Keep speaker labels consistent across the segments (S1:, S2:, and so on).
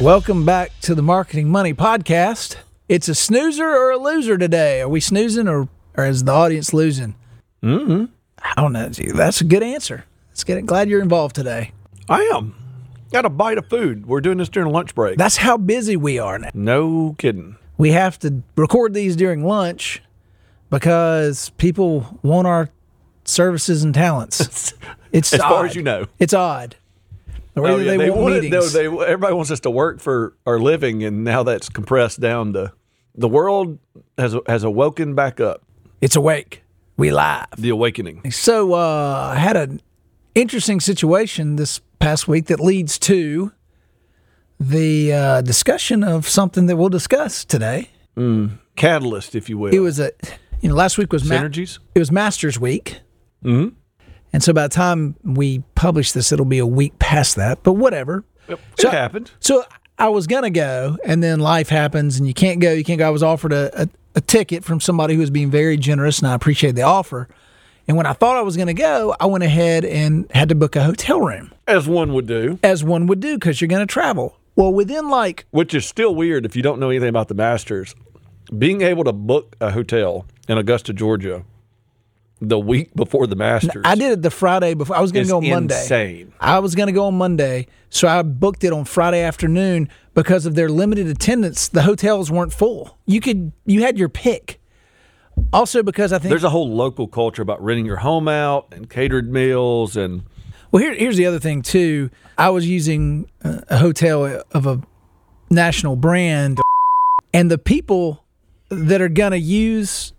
S1: Welcome back to the Marketing Money Podcast. It's a snoozer or a loser today. Are we snoozing or, or is the audience losing? Mm-hmm. I don't know. Gee, That's a good answer. That's good. Glad you're involved today.
S2: I am. Got a bite of food. We're doing this during lunch break.
S1: That's how busy we are now.
S2: no kidding.
S1: We have to record these during lunch because people want our services and talents. It's
S2: As far
S1: odd.
S2: as you know.
S1: It's odd. Or
S2: Oh,
S1: whether
S2: yeah,
S1: they, want,
S2: wanted- no,
S1: meetings.
S2: they, everybody wants us to work for our living, and now that's compressed down to the world has has awoken back up.
S1: it's awake. We live.
S2: The awakening.
S1: So uh, I had an interesting situation this past week that leads to the uh, discussion of something that we'll discuss today.
S2: Catalyst, if you will.
S1: It was a, you know, last week was ma-
S2: Synergies.
S1: it was Masters Week, mm-hmm. and so by the time we publish this, it'll be a week past that. But whatever.
S2: It
S1: So-
S2: happened.
S1: So I was gonna go, and then life happens, and you can't go. You can't go. I was offered a, a, a ticket from somebody who was being very generous, and I appreciate the offer. And when I thought I was gonna go, I went ahead and had to book a hotel room,
S2: As one would do,
S1: as one would do, because you're gonna travel. Well, within like
S2: which is still weird if you don't know anything about the Masters. Being able to book a hotel in Augusta, Georgia, the week before the Masters.
S1: I did it the Friday before. I was gonna
S2: is
S1: go on Monday.
S2: insane.
S1: I was going to go on Monday, so I booked it on Friday afternoon because of their limited attendance. The hotels weren't full. You could you had your pick. Also, because I think
S2: There's a whole local culture about renting your home out and catered meals and
S1: Well, here, here's the other thing too. I was using a a hotel of a national brand, and the people that are gonna use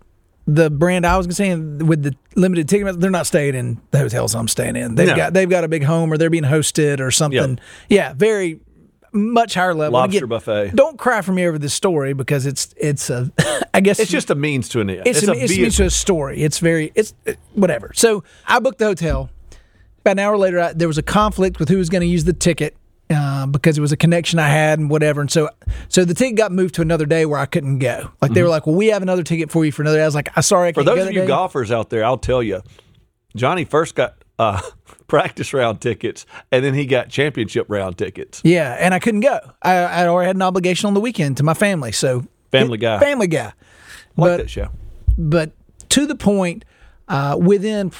S1: the brand I was gonna say with the limited ticket, they're not staying in the hotels I'm staying in. They've
S2: No.
S1: got they've got a big home, or they're being hosted, or something. Yeah, very much higher level.
S2: lobster
S1: Again,
S2: buffet.
S1: Don't cry for me over this story because it's it's a I guess
S2: It's just a means to an end.
S1: it's, a, it's,
S2: vehicle.
S1: it's a story. It's very it's it, whatever. So I booked the hotel. About an hour later, I, there was a conflict with who was going to use the ticket uh, because it was a connection I had and whatever. And so, so the ticket got moved to another day where I couldn't go. Like they were like, "Well, we have another ticket for you for another." Day. I was like, "I sorry, I
S2: Mm-hmm. for
S1: can't go
S2: those of
S1: that
S2: you
S1: day."
S2: golfers out there. I'll tell you, Johnny first got uh, practice round tickets, and then he got championship round tickets.
S1: yeah, and I couldn't go. I, I already had an obligation on the weekend to my family. So
S2: Family Guy.
S1: Family Guy.
S2: like
S1: But-
S2: that show.
S1: but to the point, uh, within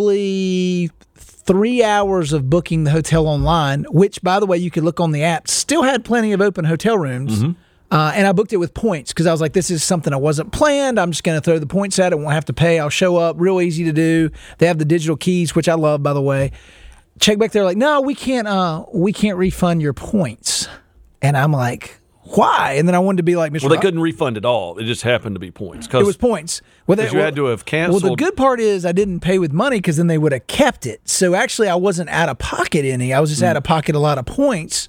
S1: probably three hours of booking the hotel online, which by the way, you could look on the app, still had plenty of open hotel rooms.
S2: Mm-hmm.
S1: Uh, and I booked it with points because I was like, this is something I wasn't planned. I'm just going to throw the points at it. Won't have to pay. I'll show up. Real easy to do. They have the digital keys, which I love, by the way. Check back there, like, no, we can't. Uh, we can't refund your points. And I'm like, why? And then I wanted to be like, Mr.
S2: Well, they
S1: Ro-
S2: couldn't refund it all. It just happened to be points
S1: it was
S2: because
S1: points. Well, they,
S2: you had to have canceled.
S1: Well, the good part is I didn't pay with money because then they would have kept it. So actually, I wasn't out of pocket any. I was just
S2: Mm.
S1: out of pocket a lot of points.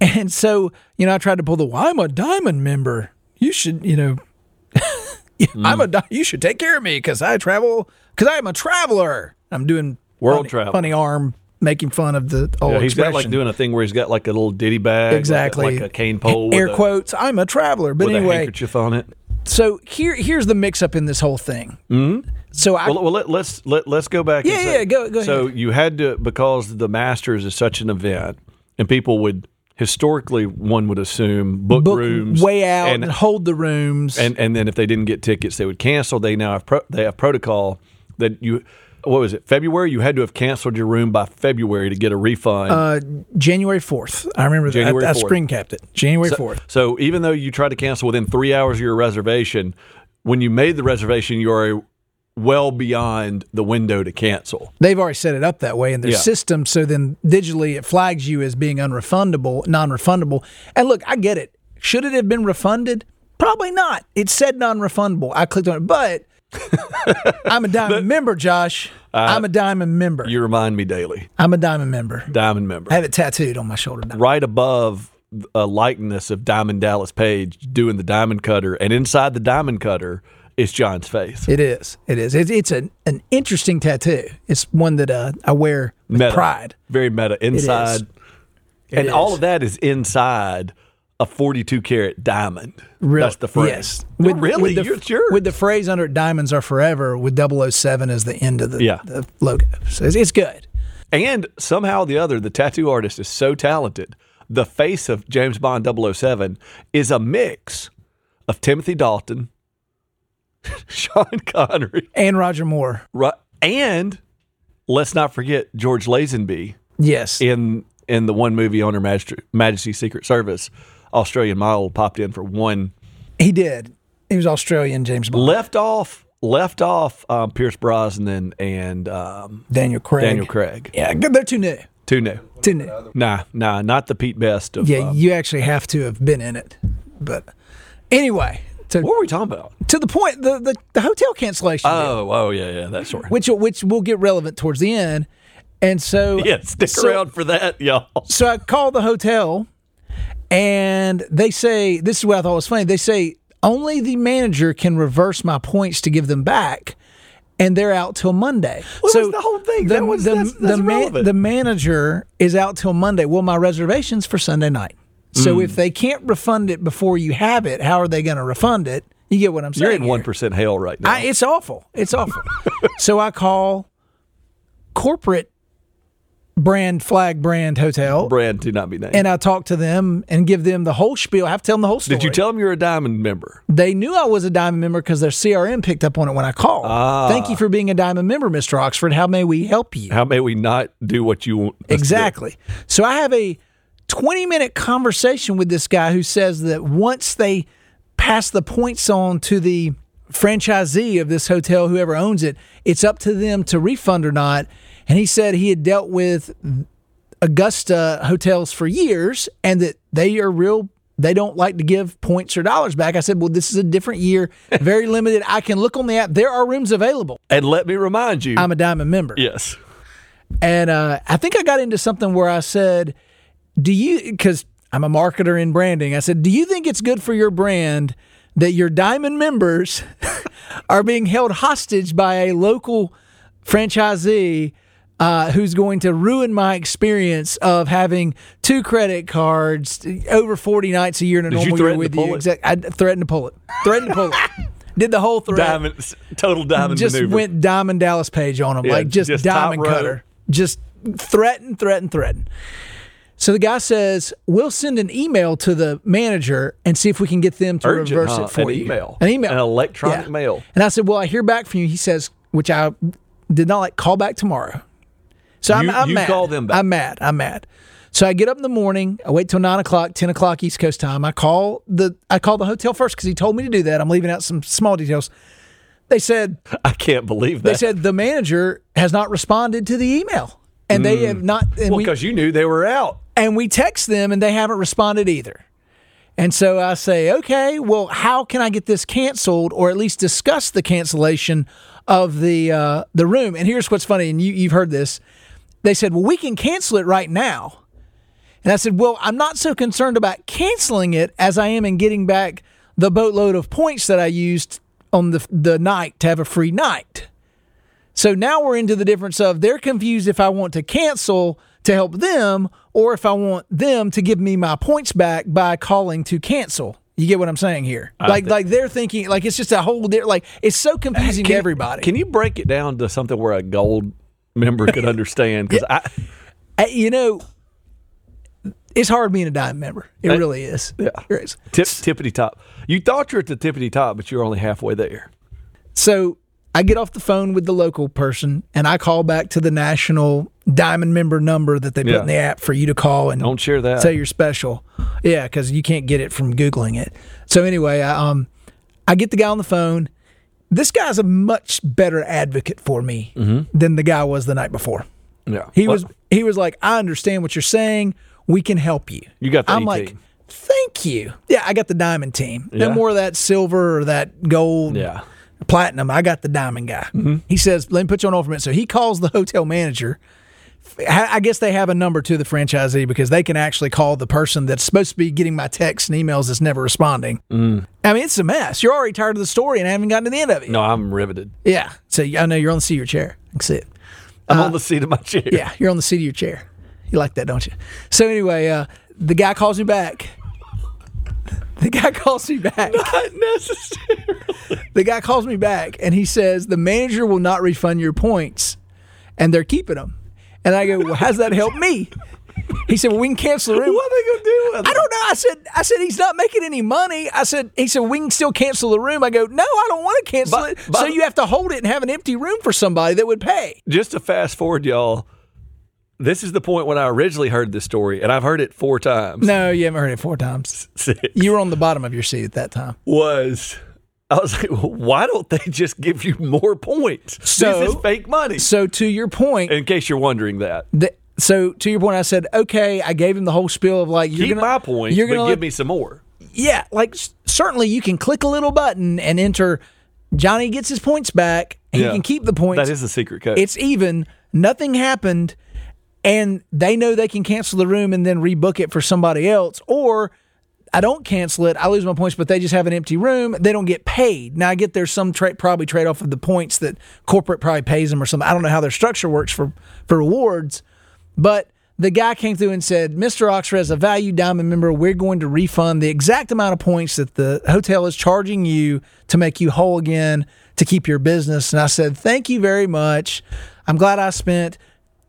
S1: And so, you know, I tried to pull the well, I'm a diamond member. You should, you know, I'm
S2: Mm.
S1: a. di- You should take care of me because I travel because I am a traveler. I'm doing
S2: World
S1: funny,
S2: travel.
S1: funny arm, making fun of the old
S2: Yeah, he's
S1: expression.
S2: got like doing a thing where he's got like a little ditty bag, like a-
S1: exactly
S2: like a, cane pole, with
S1: Air
S2: a,
S1: quotes. I'm a traveler, but
S2: with a
S1: anyway.
S2: handkerchief on it.
S1: So here, here's the mix up in this whole thing. Mm-hmm. So I,
S2: Well, well let, let's let, let's go back.
S1: Yeah,
S2: and
S1: yeah,
S2: say-
S1: yeah, go- go
S2: So you had to because the Masters is such an event, and people would historically one would assume book,
S1: book
S2: rooms
S1: way out and,
S2: and,
S1: hold the rooms.
S2: and and then if they didn't get tickets, they would cancel. They now have pro, they have protocol that you what was it February? You had to have canceled your room by February to get a refund.
S1: uh, January fourth, I remember that.
S2: January
S1: I, I
S2: 4th.
S1: screen capped it. January fourth.
S2: so even though you tried to cancel within three hours of your reservation, when you made the reservation, you are well beyond the window to cancel.
S1: They've already set it up that way in their
S2: Yeah.
S1: system. So then digitally, it flags you as being unrefundable, non-refundable. And look, I get it. Should it have been refunded? Probably not. It said non-refundable. I clicked on it, but I'm a diamond member, Josh.
S2: Uh,
S1: I'm a diamond member.
S2: You remind me daily.
S1: I'm a diamond member.
S2: Diamond member.
S1: I have it tattooed on my shoulder. now.
S2: right above a likeness of Diamond Dallas Page doing the diamond cutter, and inside the diamond cutter is John's face.
S1: It is. It is. It's, it's an, an interesting tattoo. It's one that uh, I wear with
S2: Meta.
S1: pride.
S2: Very meta. Inside. and
S1: is.
S2: all of that is inside a 42 karat diamond.
S1: Real-
S2: That's the phrase.
S1: Yes.
S2: Oh, really?
S1: With the,
S2: You're sure?
S1: With the phrase under it, diamonds are forever, with 007 as the end of the,
S2: Yeah.
S1: the logo. So it's, it's good.
S2: and somehow or the other, the tattoo artist is so talented. The face of James Bond 007 is a mix of Timothy Dalton, Sean Connery,
S1: And Roger Moore.
S2: Ru- and let's not forget George Lazenby.
S1: Yes.
S2: in in the one movie on Her Majesty, Majesty's Secret Service, Australian model popped in for one.
S1: He did. He was Australian, James Bond.
S2: Left off, left off um, Pierce Brosnan and um,
S1: Daniel Craig.
S2: Daniel Craig.
S1: Yeah, good. They're too new.
S2: Two new.
S1: Too new.
S2: Nah, nah, not the Pete Best of.
S1: Yeah,
S2: um,
S1: you actually have to have been in it. But anyway, to,
S2: what were we talking about?
S1: to the point, the, the, the hotel cancellation, deal,
S2: Oh, oh yeah, yeah, that sort.
S1: which which will get relevant towards the end. And so
S2: Yeah, stick
S1: so-
S2: around for that, y'all.
S1: so I call the hotel, and they say this is what I thought was funny. They say only the manager can reverse my points to give them back, and they're out till Monday.
S2: Well, that's the whole thing. That was- that's- that's
S1: the,
S2: irrelevant.
S1: the manager is out till Monday. Well, my reservations for Sunday night.
S2: Hmm.
S1: So if they can't refund it before you have it, how are they going to refund it? You get what I'm saying?
S2: You're in
S1: here.
S2: one percent hell right now.
S1: I, it's awful. It's awful. so I call corporate brand flag brand hotel
S2: Brand do not be named.
S1: and I talk to them and give them the whole spiel. I have to tell them the whole story.
S2: Did you tell them you're a diamond member?
S1: They knew I was a diamond member because their CRM picked up on it when I called.
S2: Ah.
S1: Thank you for being a diamond member, Mr. Oxford. How may we help you?
S2: How may we not do what you want? us to do?
S1: Exactly. So I have a 20 minute conversation with this guy who says that once they pass the points on to the franchisee of this hotel, whoever owns it, it's up to them to refund or not. And he said he had dealt with Augusta hotels for years and that they are real. They don't like to give points or dollars back. I said, well, this is a different year, very limited. I can look on the app. There are rooms available.
S2: And let me remind you.
S1: I'm a diamond member.
S2: yes.
S1: And uh, I think I got into something where I said, Do you, because I'm a marketer in branding, I said, Do you think it's good for your brand that your diamond members are being held hostage by a local franchisee? Uh, who's going to ruin my experience of having two credit cards over 40 nights a year in a normal year
S2: threaten to
S1: with
S2: pull
S1: you?
S2: it?
S1: Exact- I threatened to pull it. Threatened to pull it. Did the whole threat
S2: Diamond, total diamond
S1: just
S2: maneuver.
S1: went diamond Dallas Page on him,
S2: Yeah,
S1: like just,
S2: just top
S1: diamond
S2: row.
S1: cutter, just threaten, threaten, threaten. So the guy says, "We'll send an email to the manager and see if we can get them to
S2: Urgent,
S1: reverse
S2: huh?
S1: it for
S2: An
S1: you."
S2: email.
S1: an email,
S2: An electronic mail.
S1: And I said, "Well, I hear back from you." He says, which I did not like. Call back tomorrow. So I'm,
S2: You-
S1: I'm
S2: you
S1: mad.
S2: call them back.
S1: I'm mad. I'm mad. So I get up in the morning. I wait till nine o'clock, ten o'clock East Coast time. I call the I call the hotel first because he told me to do that. I'm leaving out some small details. They said
S2: I can't believe
S1: they
S2: that.
S1: said the manager has not responded to the email and they have not and,
S2: well,
S1: we,
S2: because you knew they were out.
S1: and we text them and they haven't responded either and so i say okay well how can i get this canceled or at least discuss the cancellation of the uh, the room and here's what's funny and you, you've heard this they said well we can cancel it right now and I said, Well, I'm not so concerned about canceling it as I am in getting back the boatload of points that I used on the, the night to have a free night. So now we're into the difference of they're confused if I want to cancel to help them or if I want them to give me my points back by calling to cancel. You get what I'm saying here? like, like they're thinking, like it's just a whole, di- like it's so confusing to everybody.
S2: Can you break it down to something where a gold member could understand? Because I,
S1: Uh, you know, it's hard being a dime member. It
S2: Uh,
S1: really is.
S2: yeah.
S1: It is.
S2: tip, tippity top. You thought you're at the tippity top, but you're only halfway there.
S1: So I get off the phone with the local person and I call back to the national diamond member number that they put
S2: Yeah.
S1: in the app for you to call and
S2: Don't share that.
S1: say you're special. Yeah, because you can't get it from Googling it. So anyway, I, um, I get the guy on the phone. This guy's a much better advocate for me
S2: Mm-hmm.
S1: than the guy was the night before.
S2: yeah.
S1: He
S2: Well,
S1: was he was like, I understand what you're saying. We can help you.
S2: You got the
S1: I'm
S2: E
S1: like,
S2: team.
S1: thank you. Yeah, I got the diamond team.
S2: Yeah.
S1: No more of that silver or that gold
S2: Yeah. Mm-hmm.
S1: platinum. I got the diamond guy. He says, "Let me put you on hold for a minute." So he calls the hotel manager. I I guess they have a number to the franchisee because they can actually call the person that's supposed to be getting my texts and emails that's never responding. I mean, it's a mess. You're already tired of the story and haven't gotten to the end of it.
S2: Mm. No, I'm riveted.
S1: Yeah. So I know you're on the seat of your chair. I can see it.
S2: I'm on the seat of my chair.
S1: Uh, Yeah, you're on the seat of your chair. You like that, don't you? So anyway, uh, the guy calls me back. The guy calls me back.
S2: Not necessary.
S1: The guy calls me back and he says the manager will not refund your points, and they're keeping them. And I go, well, how's that help me? He said, well, we can cancel the room.
S2: What are they gonna do with
S1: I don't know. I said, I said he's not making any money. I said, he said we can still cancel the room. I go, no, I don't want to cancel
S2: But-
S1: it.
S2: but-
S1: so you have to hold it and have an empty room for somebody that would pay.
S2: Just to fast forward, y'all. This is the point when I originally heard this story, and I've heard it four times.
S1: No, you haven't heard it four times. You were on the bottom of your seat at that time.
S2: was I was like, well, why don't they just give you more points?
S1: So-
S2: this is fake money.
S1: So to your point,
S2: In case you're wondering that,
S1: th- so to your point, I said, okay, I gave him the whole spiel of like, you're
S2: keep
S1: gonna,
S2: my points,
S1: You're
S2: but
S1: gonna
S2: give
S1: let-
S2: me some more.
S1: yeah, like s- certainly you can click a little button and enter. Johnny gets his points back. And
S2: Yeah.
S1: He can keep the points.
S2: That is the secret code.
S1: it's even. Nothing happened, and they know they can cancel the room and then rebook it for somebody else, or. I don't cancel it. I lose my points, but they just have an empty room. They don't get paid. Now I get there's some tra- probably trade off of the points that corporate probably pays them or something. I don't know how their structure works for for rewards, but the guy came through and said, "Mr. Oxford, as a value diamond member, we're going to refund the exact amount of points that the hotel is charging you to make you whole again to keep your business." And I said, "Thank you very much. I'm glad I spent."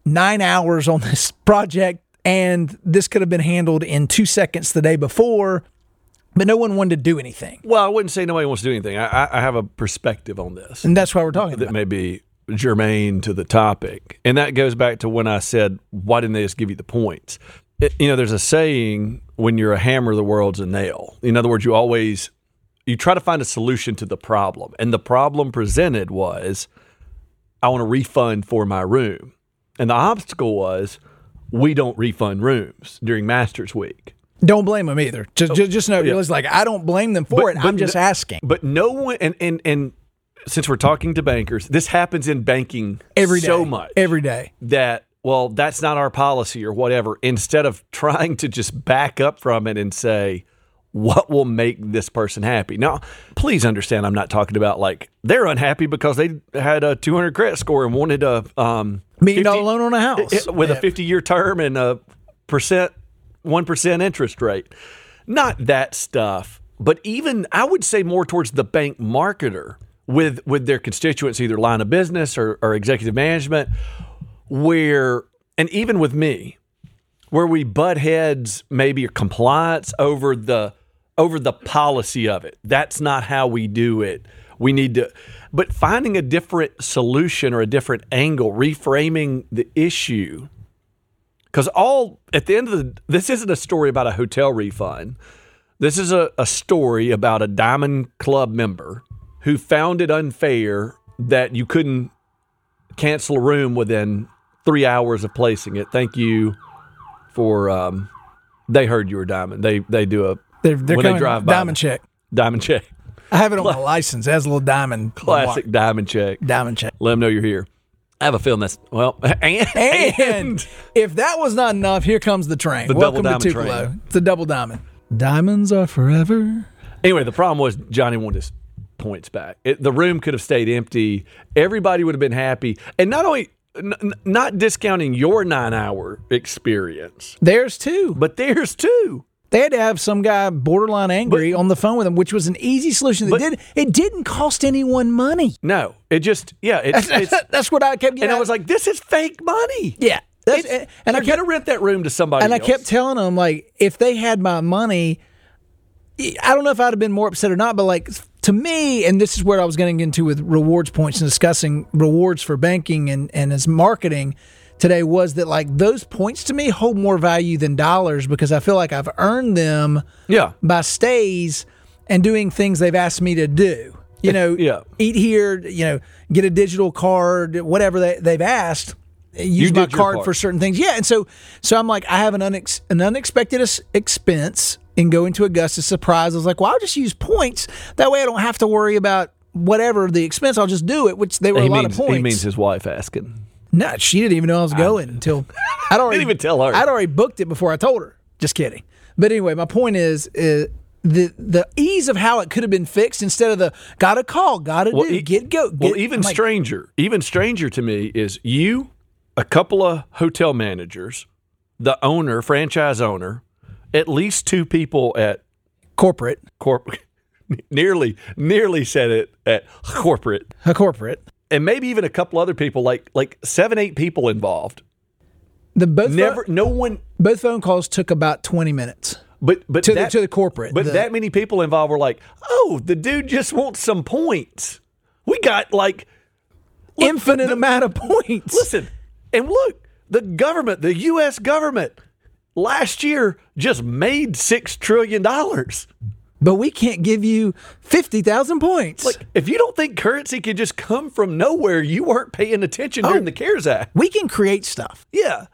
S1: nine hours on this project and this could have been handled in two seconds the day before, but no one wanted to do anything.
S2: well, I wouldn't say nobody wants to do anything. I, I, I have a perspective on this
S1: And that's why we're talking
S2: that
S1: about it.
S2: may be germane to the topic, and that goes back to when I said, why didn't they just give you the points? It- you know, there's a saying: when you're a hammer, the world's a nail. In other words, you always you try to find a solution to the problem, and the problem presented was I want a refund for my room. And the obstacle was we don't refund rooms during Masters Week.
S1: Don't blame them either. Just, just, just know, it's like, I don't blame them for it.
S2: but
S1: I'm just
S2: no-
S1: asking.
S2: But no one and and and since we're talking to bankers, this happens in banking
S1: Every day.
S2: so much
S1: Every day.
S2: that well, that's not our policy or whatever. Instead of trying to just back up from it and say what will make this person happy. Now, please understand I'm not talking about like they're unhappy because they had a 200 credit score and wanted a um
S1: Million dollar
S2: 50
S1: loan on a house.
S2: it- with a 50 year term and a percent 1% interest rate not that stuff but even i would say more towards the bank marketer with with their constituents either line of business or, or executive management where and even with me where we butt heads maybe compliance over the over the policy of it that's not how we do it we need to but finding a different solution or a different angle reframing the issue because all at the end of the this isn't a story about a hotel refund this is a, a story about a diamond club member who found it unfair that you couldn't cancel a room within three hours of placing it thank you for um, they heard you were diamond they they do a
S1: they're they're
S2: when
S1: coming,
S2: they drive by
S1: diamond check.
S2: diamond check
S1: I have it on my license. It has a little diamond. little mark.
S2: classic diamond check
S1: Diamond check.
S2: let them know you're here i have a film that's well and,
S1: And if that was not enough, here comes the train.
S2: double
S1: Welcome to
S2: diamond
S1: Tupelo.
S2: train.
S1: It's a double diamond. Diamonds are forever.
S2: Anyway, the problem was Johnny wanted his points back. It, the room could have stayed empty. Everybody would have been happy. And not only n- n- not discounting your nine hour experience,
S1: There's two.
S2: but theirs too.
S1: They had to have some guy borderline angry on the phone with them, which was an easy solution. That did it didn't cost anyone money.
S2: No, it just yeah. It's, it's
S1: that's what I kept. Getting
S2: and I
S1: at.
S2: was like, this is fake money.
S1: yeah, that's,
S2: It's-
S1: and, and I
S2: you're
S1: kept
S2: gonna rent that room to somebody.
S1: and I
S2: else.
S1: kept telling them like, if they had my money, I don't know if I'd have been more upset or not, but like to me, and this is where I was getting into with rewards points and discussing rewards for banking and and as marketing today was that like those points to me hold more value than dollars because I feel like I've earned them.
S2: yeah.
S1: by stays and doing things they've asked me to do. You know,
S2: Yeah.
S1: eat here, you know, get a digital card, whatever they, they've asked. Use my
S2: did your
S1: card
S2: part.
S1: for certain things. Yeah. And so, so I'm like, I have an, unex- an unexpected es- expense in going to Augusta surprise. I was like, well, I'll just use points. That way I don't have to worry about whatever the expense, I'll just do it, which they were
S2: He
S1: a lot
S2: means,
S1: of points.
S2: he means his wife asking.
S1: no, she didn't even know I was going until I'd already
S2: even tell her.
S1: I'd already booked it before I told her. Just kidding. But anyway, my point is, uh, the the ease of how it could have been fixed instead of the gotta call, gotta do,
S2: e-
S1: get go.
S2: Well,
S1: get-"
S2: even
S1: I'm like,
S2: stranger, even stranger to me is you, a couple of hotel managers, the owner, franchise owner, at least two people at
S1: corporate,
S2: corporate, nearly, nearly said it at corporate,
S1: a corporate.
S2: and maybe even a couple other people, like like seven, eight people involved.
S1: The both pho-
S2: Never, no one,
S1: both phone calls took about twenty minutes
S2: but but
S1: to
S2: that-
S1: the to the corporate.
S2: But
S1: the-
S2: that many people involved were like, oh, the dude just wants some points. We got like
S1: infinite amount of points.
S2: Listen, and look, the government, the U.S. government, last year just made six trillion dollars.
S1: but we can't give you 50,000 points.
S2: Like, if you don't think currency can just come from nowhere, you weren't paying attention during
S1: Oh.
S2: the CARES Act.
S1: we can create stuff.
S2: Yeah,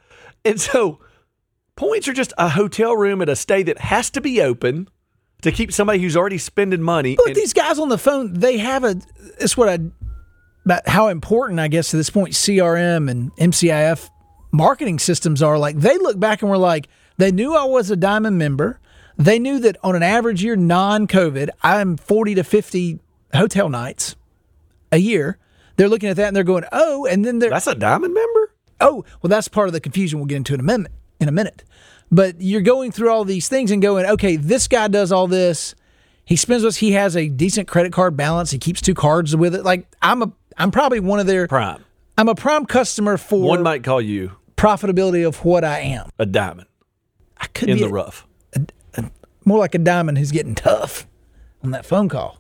S2: and so points are just a hotel room at a stay that has to be open to keep somebody who's already spending money.
S1: But
S2: and-
S1: these guys on the phone, they have a, it's what I, about how important, I guess, to this point, CRM and MCIF marketing systems are. Like, they look back and were like, they knew I was a diamond member. They knew that on an average year, non COVID, I'm 40 to 50 hotel nights a year. They're looking at that and they're going, oh, and then they're,
S2: that's a diamond member.
S1: Oh, well, that's part of the confusion we'll get into in a minute. In a minute, but you're going through all these things and going, okay, this guy does all this. He spends this. He has a decent credit card balance. He keeps two cards with it. Like I'm a, I'm probably one of their.
S2: Prime.
S1: I'm a prime customer for
S2: One might call you
S1: profitability of what I am.
S2: a diamond
S1: I could
S2: in
S1: be
S2: the
S1: a-
S2: rough.
S1: more like a diamond who's getting tough on that phone call.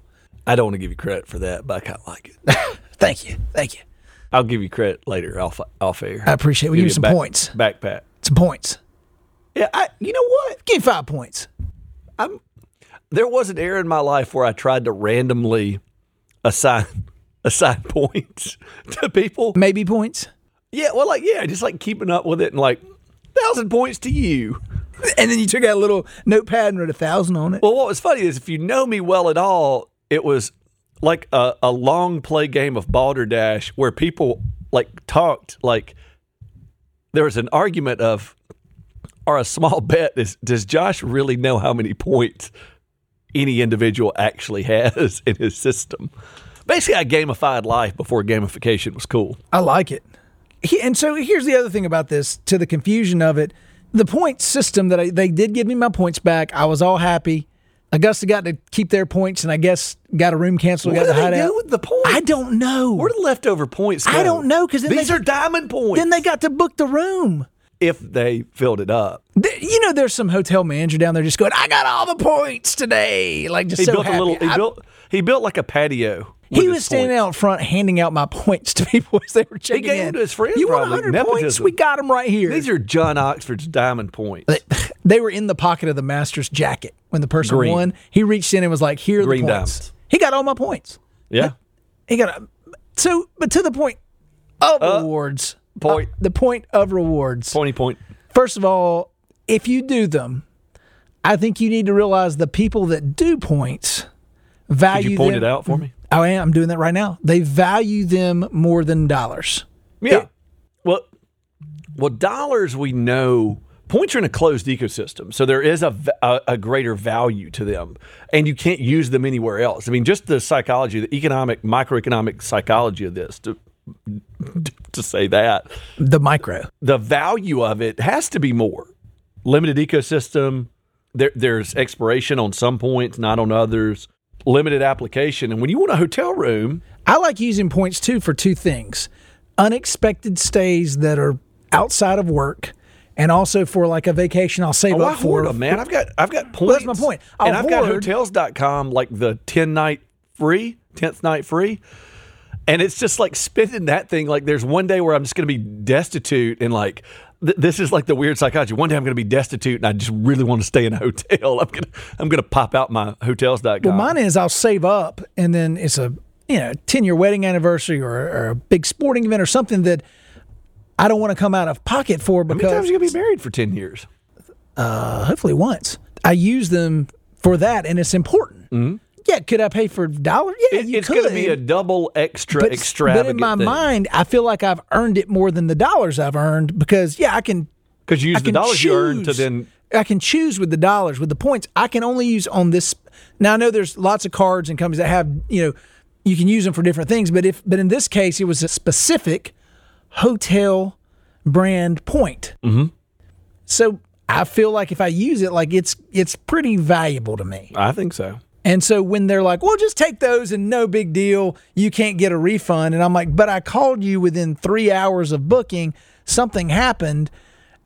S2: I don't want to give you credit for that, but I kind of like it.
S1: Thank you, thank you.
S2: I'll give you credit later off off air.
S1: I appreciate it. We
S2: Give
S1: give
S2: you
S1: you some
S2: back-
S1: points.
S2: Backpack.
S1: Some points.
S2: Yeah, I, you know what?
S1: Give five points.
S2: There was an era in my life where I tried to randomly assign assign points to people.
S1: Maybe points.
S2: Yeah, well, like yeah, just like keeping up with it and like thousand points to you.
S1: And then you took out a little notepad and wrote a thousand on it.
S2: Well, what was funny is if you know me well at all, it was like a, a long play game of Balderdash where people like talked like there was an argument of or a small bet is does Josh really know how many points any individual actually has in his system? Basically, I gamified life before gamification was cool.
S1: I like it. He, and so here's the other thing about this to the confusion of it. The point system that I, they did give me my points back. I was all happy. Augusta got to keep their points, and I guess got a room canceled. got
S2: What do
S1: to
S2: they
S1: hide
S2: do
S1: out.
S2: with the points?
S1: I don't know.
S2: Where do the leftover points go?
S1: I don't know, 'cause then
S2: these
S1: they-
S2: are diamond points.
S1: then they got to book the room.
S2: if they filled it up,
S1: Th- You know, there's some hotel manager down there just going, "I got all the points today." Like just
S2: he
S1: so
S2: built
S1: happy.
S2: a little. He
S1: I-
S2: built. He built like a patio. with
S1: he
S2: his
S1: was standing out
S2: points.
S1: front handing out my points to people as they were checking
S2: gave
S1: in.
S2: them to his friend,
S1: You want
S2: probably.
S1: 100 points?
S2: Nepotism.
S1: We got them right here.
S2: These are John Oxford's diamond points.
S1: they were in the pocket of the master's jacket when the person
S2: Green.
S1: won. He reached in and was like, "Here are
S2: Green
S1: the points."
S2: diamonds.
S1: He got all my points.
S2: Yeah,
S1: He got a, so, but to the point of rewards.
S2: Uh, point.
S1: Uh, the point of rewards.
S2: pointy point.
S1: First of all, if you do them, I think you need to realize the people that do points value.
S2: Did you point
S1: them-
S2: it out for me?
S1: I am. I'm doing that right now. They value them more than dollars.
S2: Yeah. well, well, dollars we know points are in a closed ecosystem, so there is a, v- a a greater value to them, and you can't use them anywhere else. I mean, just the psychology, the economic, microeconomic psychology of this. To, to say that
S1: The micro.
S2: the value of it has to be more limited ecosystem there, there's expiration on some points not on others limited application and when you want a hotel room
S1: I like using points too for two things unexpected stays that are outside of work, and also for like a vacation I'll save
S2: oh, I
S1: up for.
S2: hoard 'em, man i've got i've got points
S1: that's my point. I'll
S2: and i've got
S1: hoard-
S2: hotels.com like the 10 night free 10th night free and it's just like spending that thing like there's one day where i'm just going to be destitute and like th- this is like the weird psychology one day i'm going to be destitute and i just really want to stay in a hotel i'm going to i'm going to pop out my hotels.com
S1: Well, mine is I'll save up, and then it's a you know ten year wedding anniversary or, or a big sporting event or something that I don't want to come out of pocket for
S2: How many times
S1: because
S2: you gonna be married for ten years?
S1: uh, hopefully once I use them for that, and it's important. Yeah, could I pay for a dollar? Yeah,
S2: Mm-hmm. It-
S1: you
S2: it's
S1: could.
S2: going to be a double extra
S1: but,
S2: extravagant.
S1: But in my
S2: thing.
S1: mind, I feel like I've earned it more than the dollars I've earned because yeah, I can
S2: because you use
S1: I
S2: the
S1: can
S2: dollars
S1: choose,
S2: you earn to then
S1: I can choose with the dollars with the points. I can only use on this. Now I know there's lots of cards and companies that have you know you can use them for different things, but if but in this case it was a specific hotel brand point. Mm-hmm. So I feel like if I use it, like it's it's pretty valuable to me.
S2: I think so.
S1: And so when they're like, "Well, just take those and no big deal, you can't get a refund," and I'm like, "But I called you within three hours of booking. Something happened.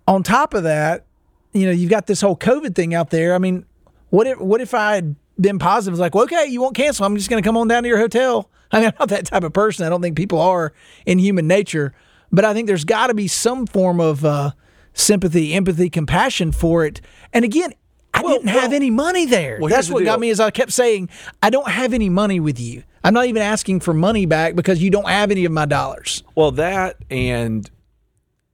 S1: On top of that, you know, you've got this whole COVID thing out there. I mean, what if what if I had been positive? It's like, well, okay, you won't cancel. I'm just going to come on down to your hotel. I mean, I'm not that type of person. I don't think people are in human nature, but I think there's got to be some form of uh, sympathy, empathy, compassion for it. And again. I didn't have
S2: well-
S1: any money there.
S2: Well, here's
S1: That's
S2: the
S1: what
S2: deal.
S1: got me is I kept saying, I don't have any money with you. I'm not even asking for money back because you don't have any of my dollars.
S2: Well, that and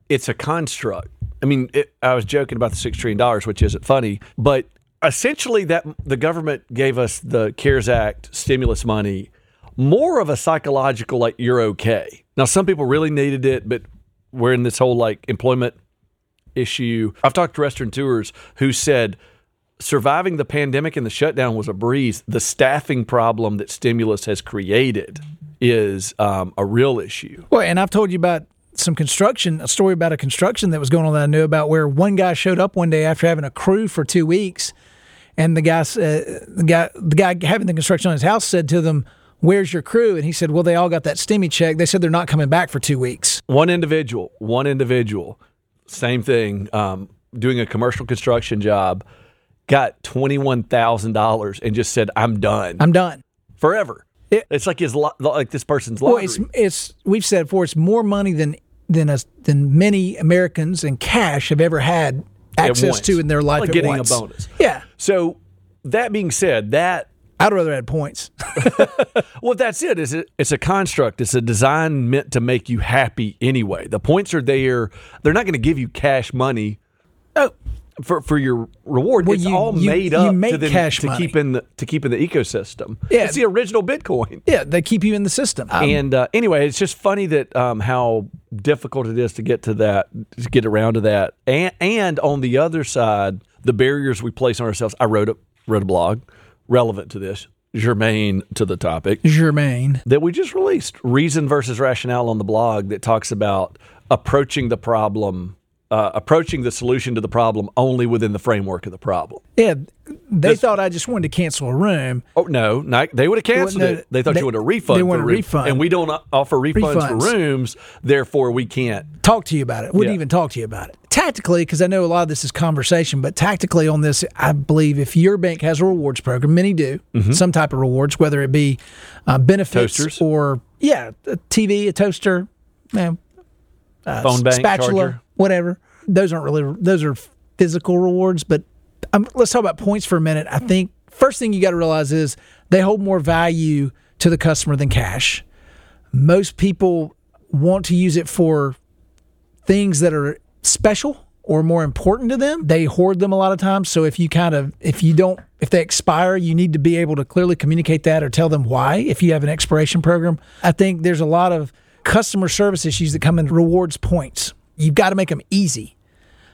S2: it's a construct. I mean, it, I was joking about the six trillion dollars, which isn't funny, but essentially, that the government gave us the CARES Act stimulus money, more of a psychological like you're okay. Now, some people really needed it, but we're in this whole like employment issue. I've talked to restaurateurs who said surviving the pandemic and the shutdown was a breeze. The staffing problem that stimulus has created is um, a real issue.
S1: Well, and I've told you about some construction, a story about a construction that was going on that I knew about where one guy showed up one day after having a crew for two weeks. And the guy, s- uh, the guy, the guy having the construction on his house said to them, Where's your crew? And he said, Well, they all got that STEMI check. They said they're not coming back for two weeks.
S2: One individual, one individual, same thing, um, doing a commercial construction job, got $21,000 and just said, I'm done
S1: I'm done.
S2: forever.
S1: It-
S2: it's like his lo- like this person's
S1: Well,
S2: lottery.
S1: it's, it's, we've said before, it's more money than, than, us than many Americans in cash have ever had access
S2: once.
S1: to in their life.
S2: Like
S1: at
S2: getting a
S1: once.
S2: bonus.
S1: Yeah.
S2: so that being said, that
S1: I'd rather had points.
S2: Well, that's it. Is it? It's a construct. It's a design meant to make you happy anyway. The points are there. They're not going to give you cash money uh,
S1: oh,
S2: for, for your reward.
S1: Well,
S2: it's
S1: you-
S2: all
S1: you-
S2: made
S1: you
S2: up to,
S1: make
S2: then-
S1: cash
S2: to
S1: money.
S2: keep in the to keep in the ecosystem.
S1: Yeah. Um,
S2: it's the original Bitcoin.
S1: yeah. They keep you in the system.
S2: And uh, anyway, it's just funny that um, how difficult it is to get to that, to get around to that, and and on the other side, the barriers we place on ourselves. I wrote a wrote a blog relevant to this, germane to the topic
S1: Germain.
S2: that we just released, Reason versus Rationale on the blog, that talks about approaching the problem, uh, approaching the solution to the problem only within the framework of the problem.
S1: Yeah, they thought I just wanted to cancel a room.
S2: Oh no, not, they would have canceled
S1: Well, no,
S2: it. They thought
S1: they-
S2: you wanted a refund.
S1: they
S2: for
S1: wanted a
S2: room-
S1: refund.
S2: and we don't o- offer refunds,
S1: Refunds.
S2: for rooms. Therefore, we can't.
S1: Talk to you about it. Wouldn't
S2: Yeah.
S1: even talk to you about it. Tactically, because I know a lot of this is conversation, but tactically on this, I believe if your bank has a rewards program, many do, some type of rewards, whether it be uh, benefits
S2: Mm-hmm. Toasters.
S1: or, yeah, a TV, a toaster, man,
S2: Phone bank
S1: Uh, spatula,
S2: charger.
S1: whatever. Those aren't really those are physical rewards, but um, let's talk about points for a minute. I think first thing you got to realize is they hold more value to the customer than cash. Most people want to use it for things that are special or more important to them. They hoard them a lot of times. So if you kind of if you don't if they expire, you need to be able to clearly communicate that or tell them why if you have an expiration program. I think there's a lot of customer service issues that come in rewards points. You've got to make them easy.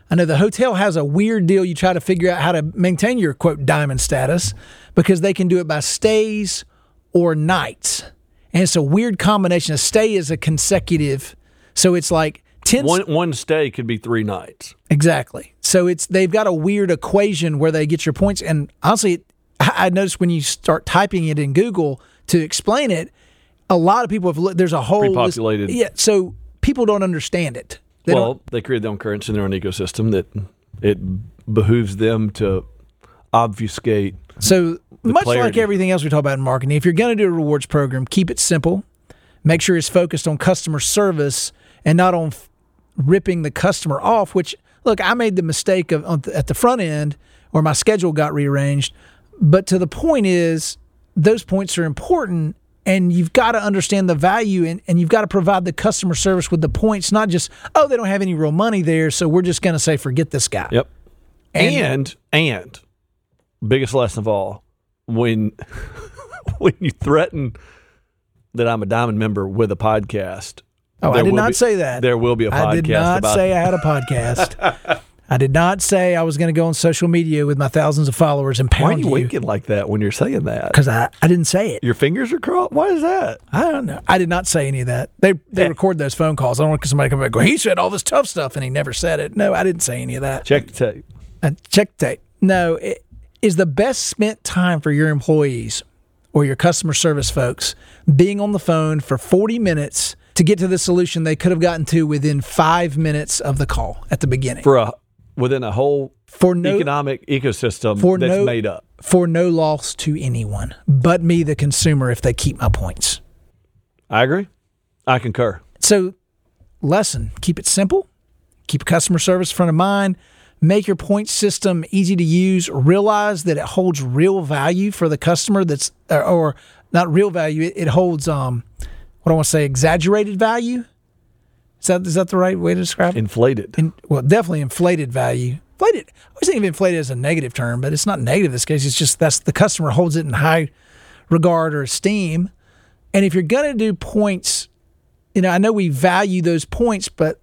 S1: I know the hotel has a weird deal. You try to figure out how to maintain your quote diamond status because they can do it by stays or nights. And it's a weird combination. A stay is a consecutive. So it's like 10
S2: One one stay could be three nights.
S1: Exactly. So it's they've got a weird equation where they get your points. And honestly, it- I I noticed when you start typing it in Google to explain it, a lot of people have looked. There's a whole list-
S2: Pre-populated.
S1: Yeah. So people don't understand it. They
S2: well,
S1: don't,
S2: they create their own currency in their own ecosystem. That it behooves them to obfuscate.
S1: so much like
S2: clarity.
S1: everything else we talk about in marketing, if you're going to do a rewards program, keep it simple. Make sure it's focused on customer service and not on f- ripping the customer off. Which look, I made the mistake of on th- at the front end, or my schedule got rearranged. But to the point is, those points are important, and you've got to understand the value, and, and you've got to provide the customer service with the points, not just oh they don't have any real money there, so we're just going to say forget this guy.
S2: Yep.
S1: And-
S2: and and biggest lesson of all when when you threaten that I'm a diamond member with a podcast.
S1: Oh, I
S2: there
S1: did
S2: will
S1: not
S2: be-
S1: say that.
S2: There will be a podcast
S1: I did not
S2: about
S1: say I had a podcast. I did not say I was going to go on social media with my thousands of followers and
S2: Why are
S1: pound
S2: you winking like that when you're saying that?
S1: because I, I didn't say it.
S2: Your fingers are crossed. Why is that?
S1: I don't know. I did not say any of that. They they
S2: Eh.
S1: record those phone calls. I don't want somebody to come back and go, he said all this tough stuff and he never said it. No, I didn't say any of that.
S2: Check the tape.
S1: Uh, check the tape. No, it is the best spent time for your employees or your customer service folks being on the phone for 40 minutes to get to the solution they could have gotten to within five minutes of the call at the beginning.
S2: For a within a whole
S1: For no
S2: economic ecosystem
S1: For
S2: that's
S1: no-
S2: made up.
S1: for no loss to anyone but me, the consumer, if they keep my points.
S2: I agree. I concur.
S1: So, lesson keep it simple, keep customer service front of mind, make your point system easy to use, realize that it holds real value for the customer that's, or, or not real value, it, it holds, um, what do I want to say, exaggerated value. Is that, is that the right way to describe it?
S2: Inflated.
S1: in, well, definitely inflated value. Inflated. I always think of inflated as a negative term, but it's not negative in this case. It's just that's the customer holds it in high regard or esteem. And if you're gonna do points, you know, I know we value those points, but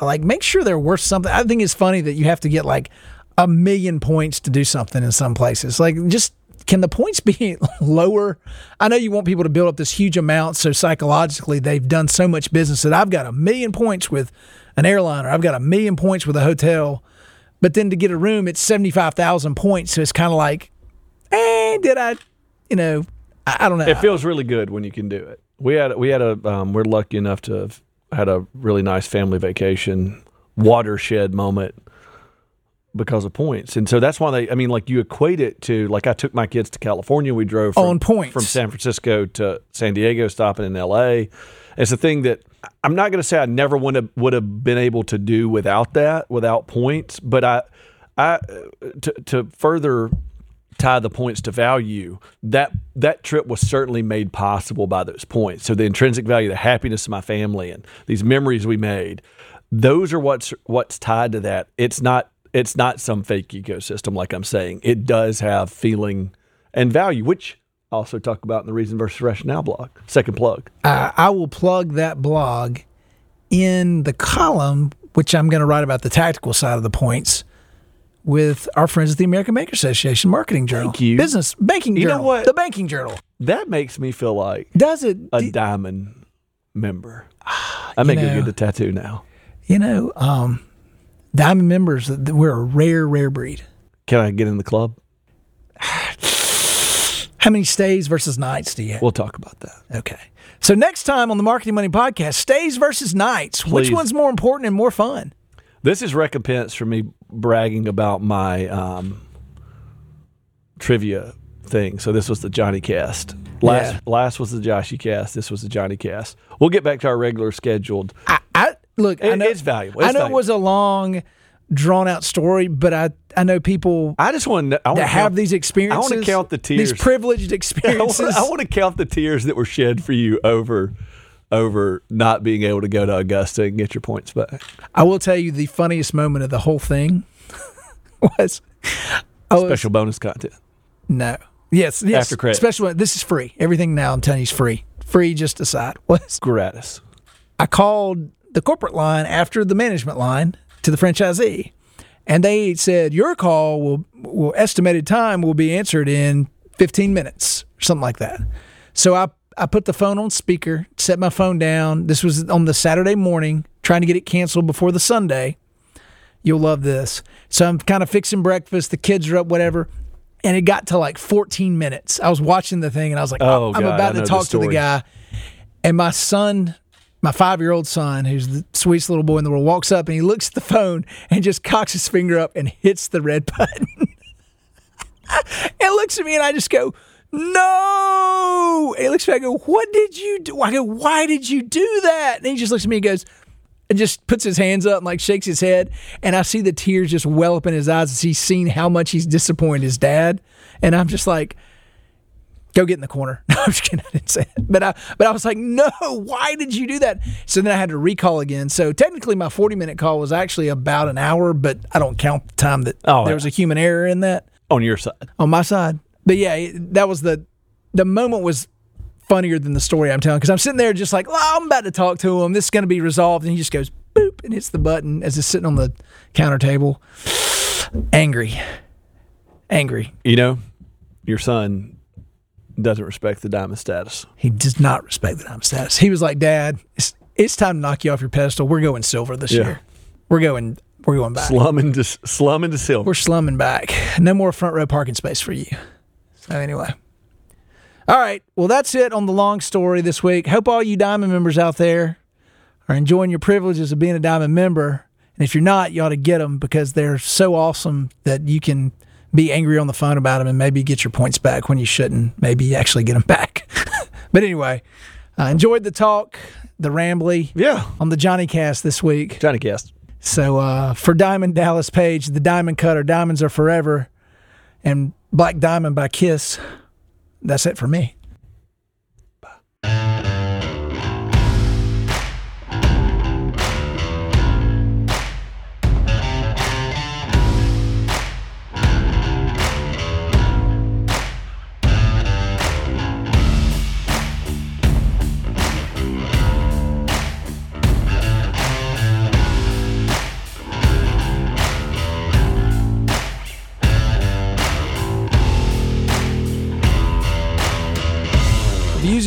S1: like make sure they're worth something. I think it's funny that you have to get like a million points to do something in some places. Like just can the points be lower? I know you want people to build up this huge amount so psychologically they've done so much business that I've got a million points with an airline or I've got a million points with a hotel. But then to get a room it's 75,000 points so it's kind of like eh did I you know I, I don't know.
S2: It feels really good when you can do it. We had we had a um, we're lucky enough to have had a really nice family vacation watershed moment because of points, and so that's why they. I mean, like you equate it to like I took my kids to California. We drove from,
S1: On points.
S2: from San Francisco to San Diego, stopping in L.A. It's a thing that I'm not going to say I never would have would have been able to do without that, without points. But I, I to to further tie the points to value that that trip was certainly made possible by those points so the intrinsic value the happiness of my family and these memories we made those are what's what's tied to that it's not it's not some fake ecosystem like i'm saying it does have feeling and value which I also talk about in the reason versus rationale blog second plug
S1: uh, I will plug that blog in the column, which I'm going to write about the tactical side of the points with our friends at the American Banker Association Marketing Journal.
S2: Thank you.
S1: Business Banking
S2: You know
S1: Journal.
S2: what?
S1: The Banking Journal.
S2: that makes me feel like
S1: Does it?
S2: a
S1: d-
S2: diamond member i may go
S1: Ah, know.
S2: get a tattoo now
S1: you know, um, Diamond members, th- th- we're a rare, rare breed.
S2: can i get in the club
S1: How many stays versus nights do you have?
S2: we'll talk about that
S1: Okay. So next time on the Marketing Money Podcast, stays versus nights. Which
S2: Please.
S1: one's more important and more fun?
S2: This is recompense for me bragging about my um, trivia thing. So this was the Johnny Cast. Last
S1: Yeah.
S2: last was the Joshy Cast. This was the Johnny Cast. We'll get back to our regular scheduled.
S1: I, I look. I
S2: It-
S1: know,
S2: it's valuable. It's
S1: I know
S2: valuable.
S1: it was a long, drawn out story, but I I know people
S2: I just want to. I want
S1: that
S2: to
S1: have
S2: count,
S1: these experiences.
S2: count the tears.
S1: These privileged
S2: I want,
S1: experiences.
S2: I want to count the tears that were shed for you over over not being able to go to Augusta and get your points back.
S1: I will tell you the funniest moment of the whole thing was I was
S2: Special bonus content.
S1: No. Yes. Yes.
S2: After credits.
S1: Especially this is free. Everything now I'm telling you is free. Free. Just aside. Was
S2: Gratis.
S1: I called the corporate line after the management line to the franchisee, and they said your call will, will estimated time will be answered in 15 minutes, something like that. So I I put the phone on speaker, set my phone down. This was on the Saturday morning, trying to get it canceled before the Sunday. You'll love this. So I'm kind of fixing breakfast. The kids are up, whatever. And it got to like 14 minutes. I was watching the thing and I was like,
S2: Oh,
S1: I'm
S2: God, I
S1: about to
S2: know the
S1: talk to the
S2: story.
S1: guy. And my son, my five year old son, who's the sweetest little boy in the world, walks up and he looks at the phone and just cocks his finger up and hits the red button. and looks at me and I just go, No. And he looks at me, I go, What did you do? I go, Why did you do that? And he just looks at me and goes, and just puts his hands up and like shakes his head. And I see the tears just well up in his eyes as he's seen how much he's disappointed his dad. And I'm just like, go get in the corner. No, I'm just kidding. I didn't say it. But I, but I was like, no, why did you do that? So then I had to recall again. So technically, my 40 minute call was actually about an hour, but I don't count the time that
S2: Oh,
S1: there
S2: yeah.
S1: was a human error in that
S2: On your side.
S1: on my side. But yeah, it- that was the the moment was funnier than the story I'm telling because I'm sitting there just like, "Oh, I'm about to talk to him. This is going to be resolved, and he just goes boop and hits the button as it's sitting on the counter table, angry, angry.
S2: You know, your son doesn't respect the diamond status.
S1: He does not respect the diamond status. He was like, Dad, it's, it's time to knock you off your pedestal. We're going silver this
S2: Yeah.
S1: year. We're going. We're going back.
S2: Slum into slum into silver.
S1: We're slumming back. No more front row parking space for you. So anyway. All right. Well, that's it on the long story this week. Hope all you Diamond members out there are enjoying your privileges of being a Diamond member. And if you're not, you ought to get them because they're so awesome that you can be angry on the phone about them and maybe get your points back when you shouldn't. Maybe actually get them back. but anyway, I enjoyed the talk, the rambly
S2: Yeah,
S1: on the Johnny Cast this week.
S2: Johnny Cast.
S1: So uh, for Diamond Dallas Page, the Diamond Cutter, Diamonds Are Forever, and Black Diamond by Kiss. That's it for me.
S3: The views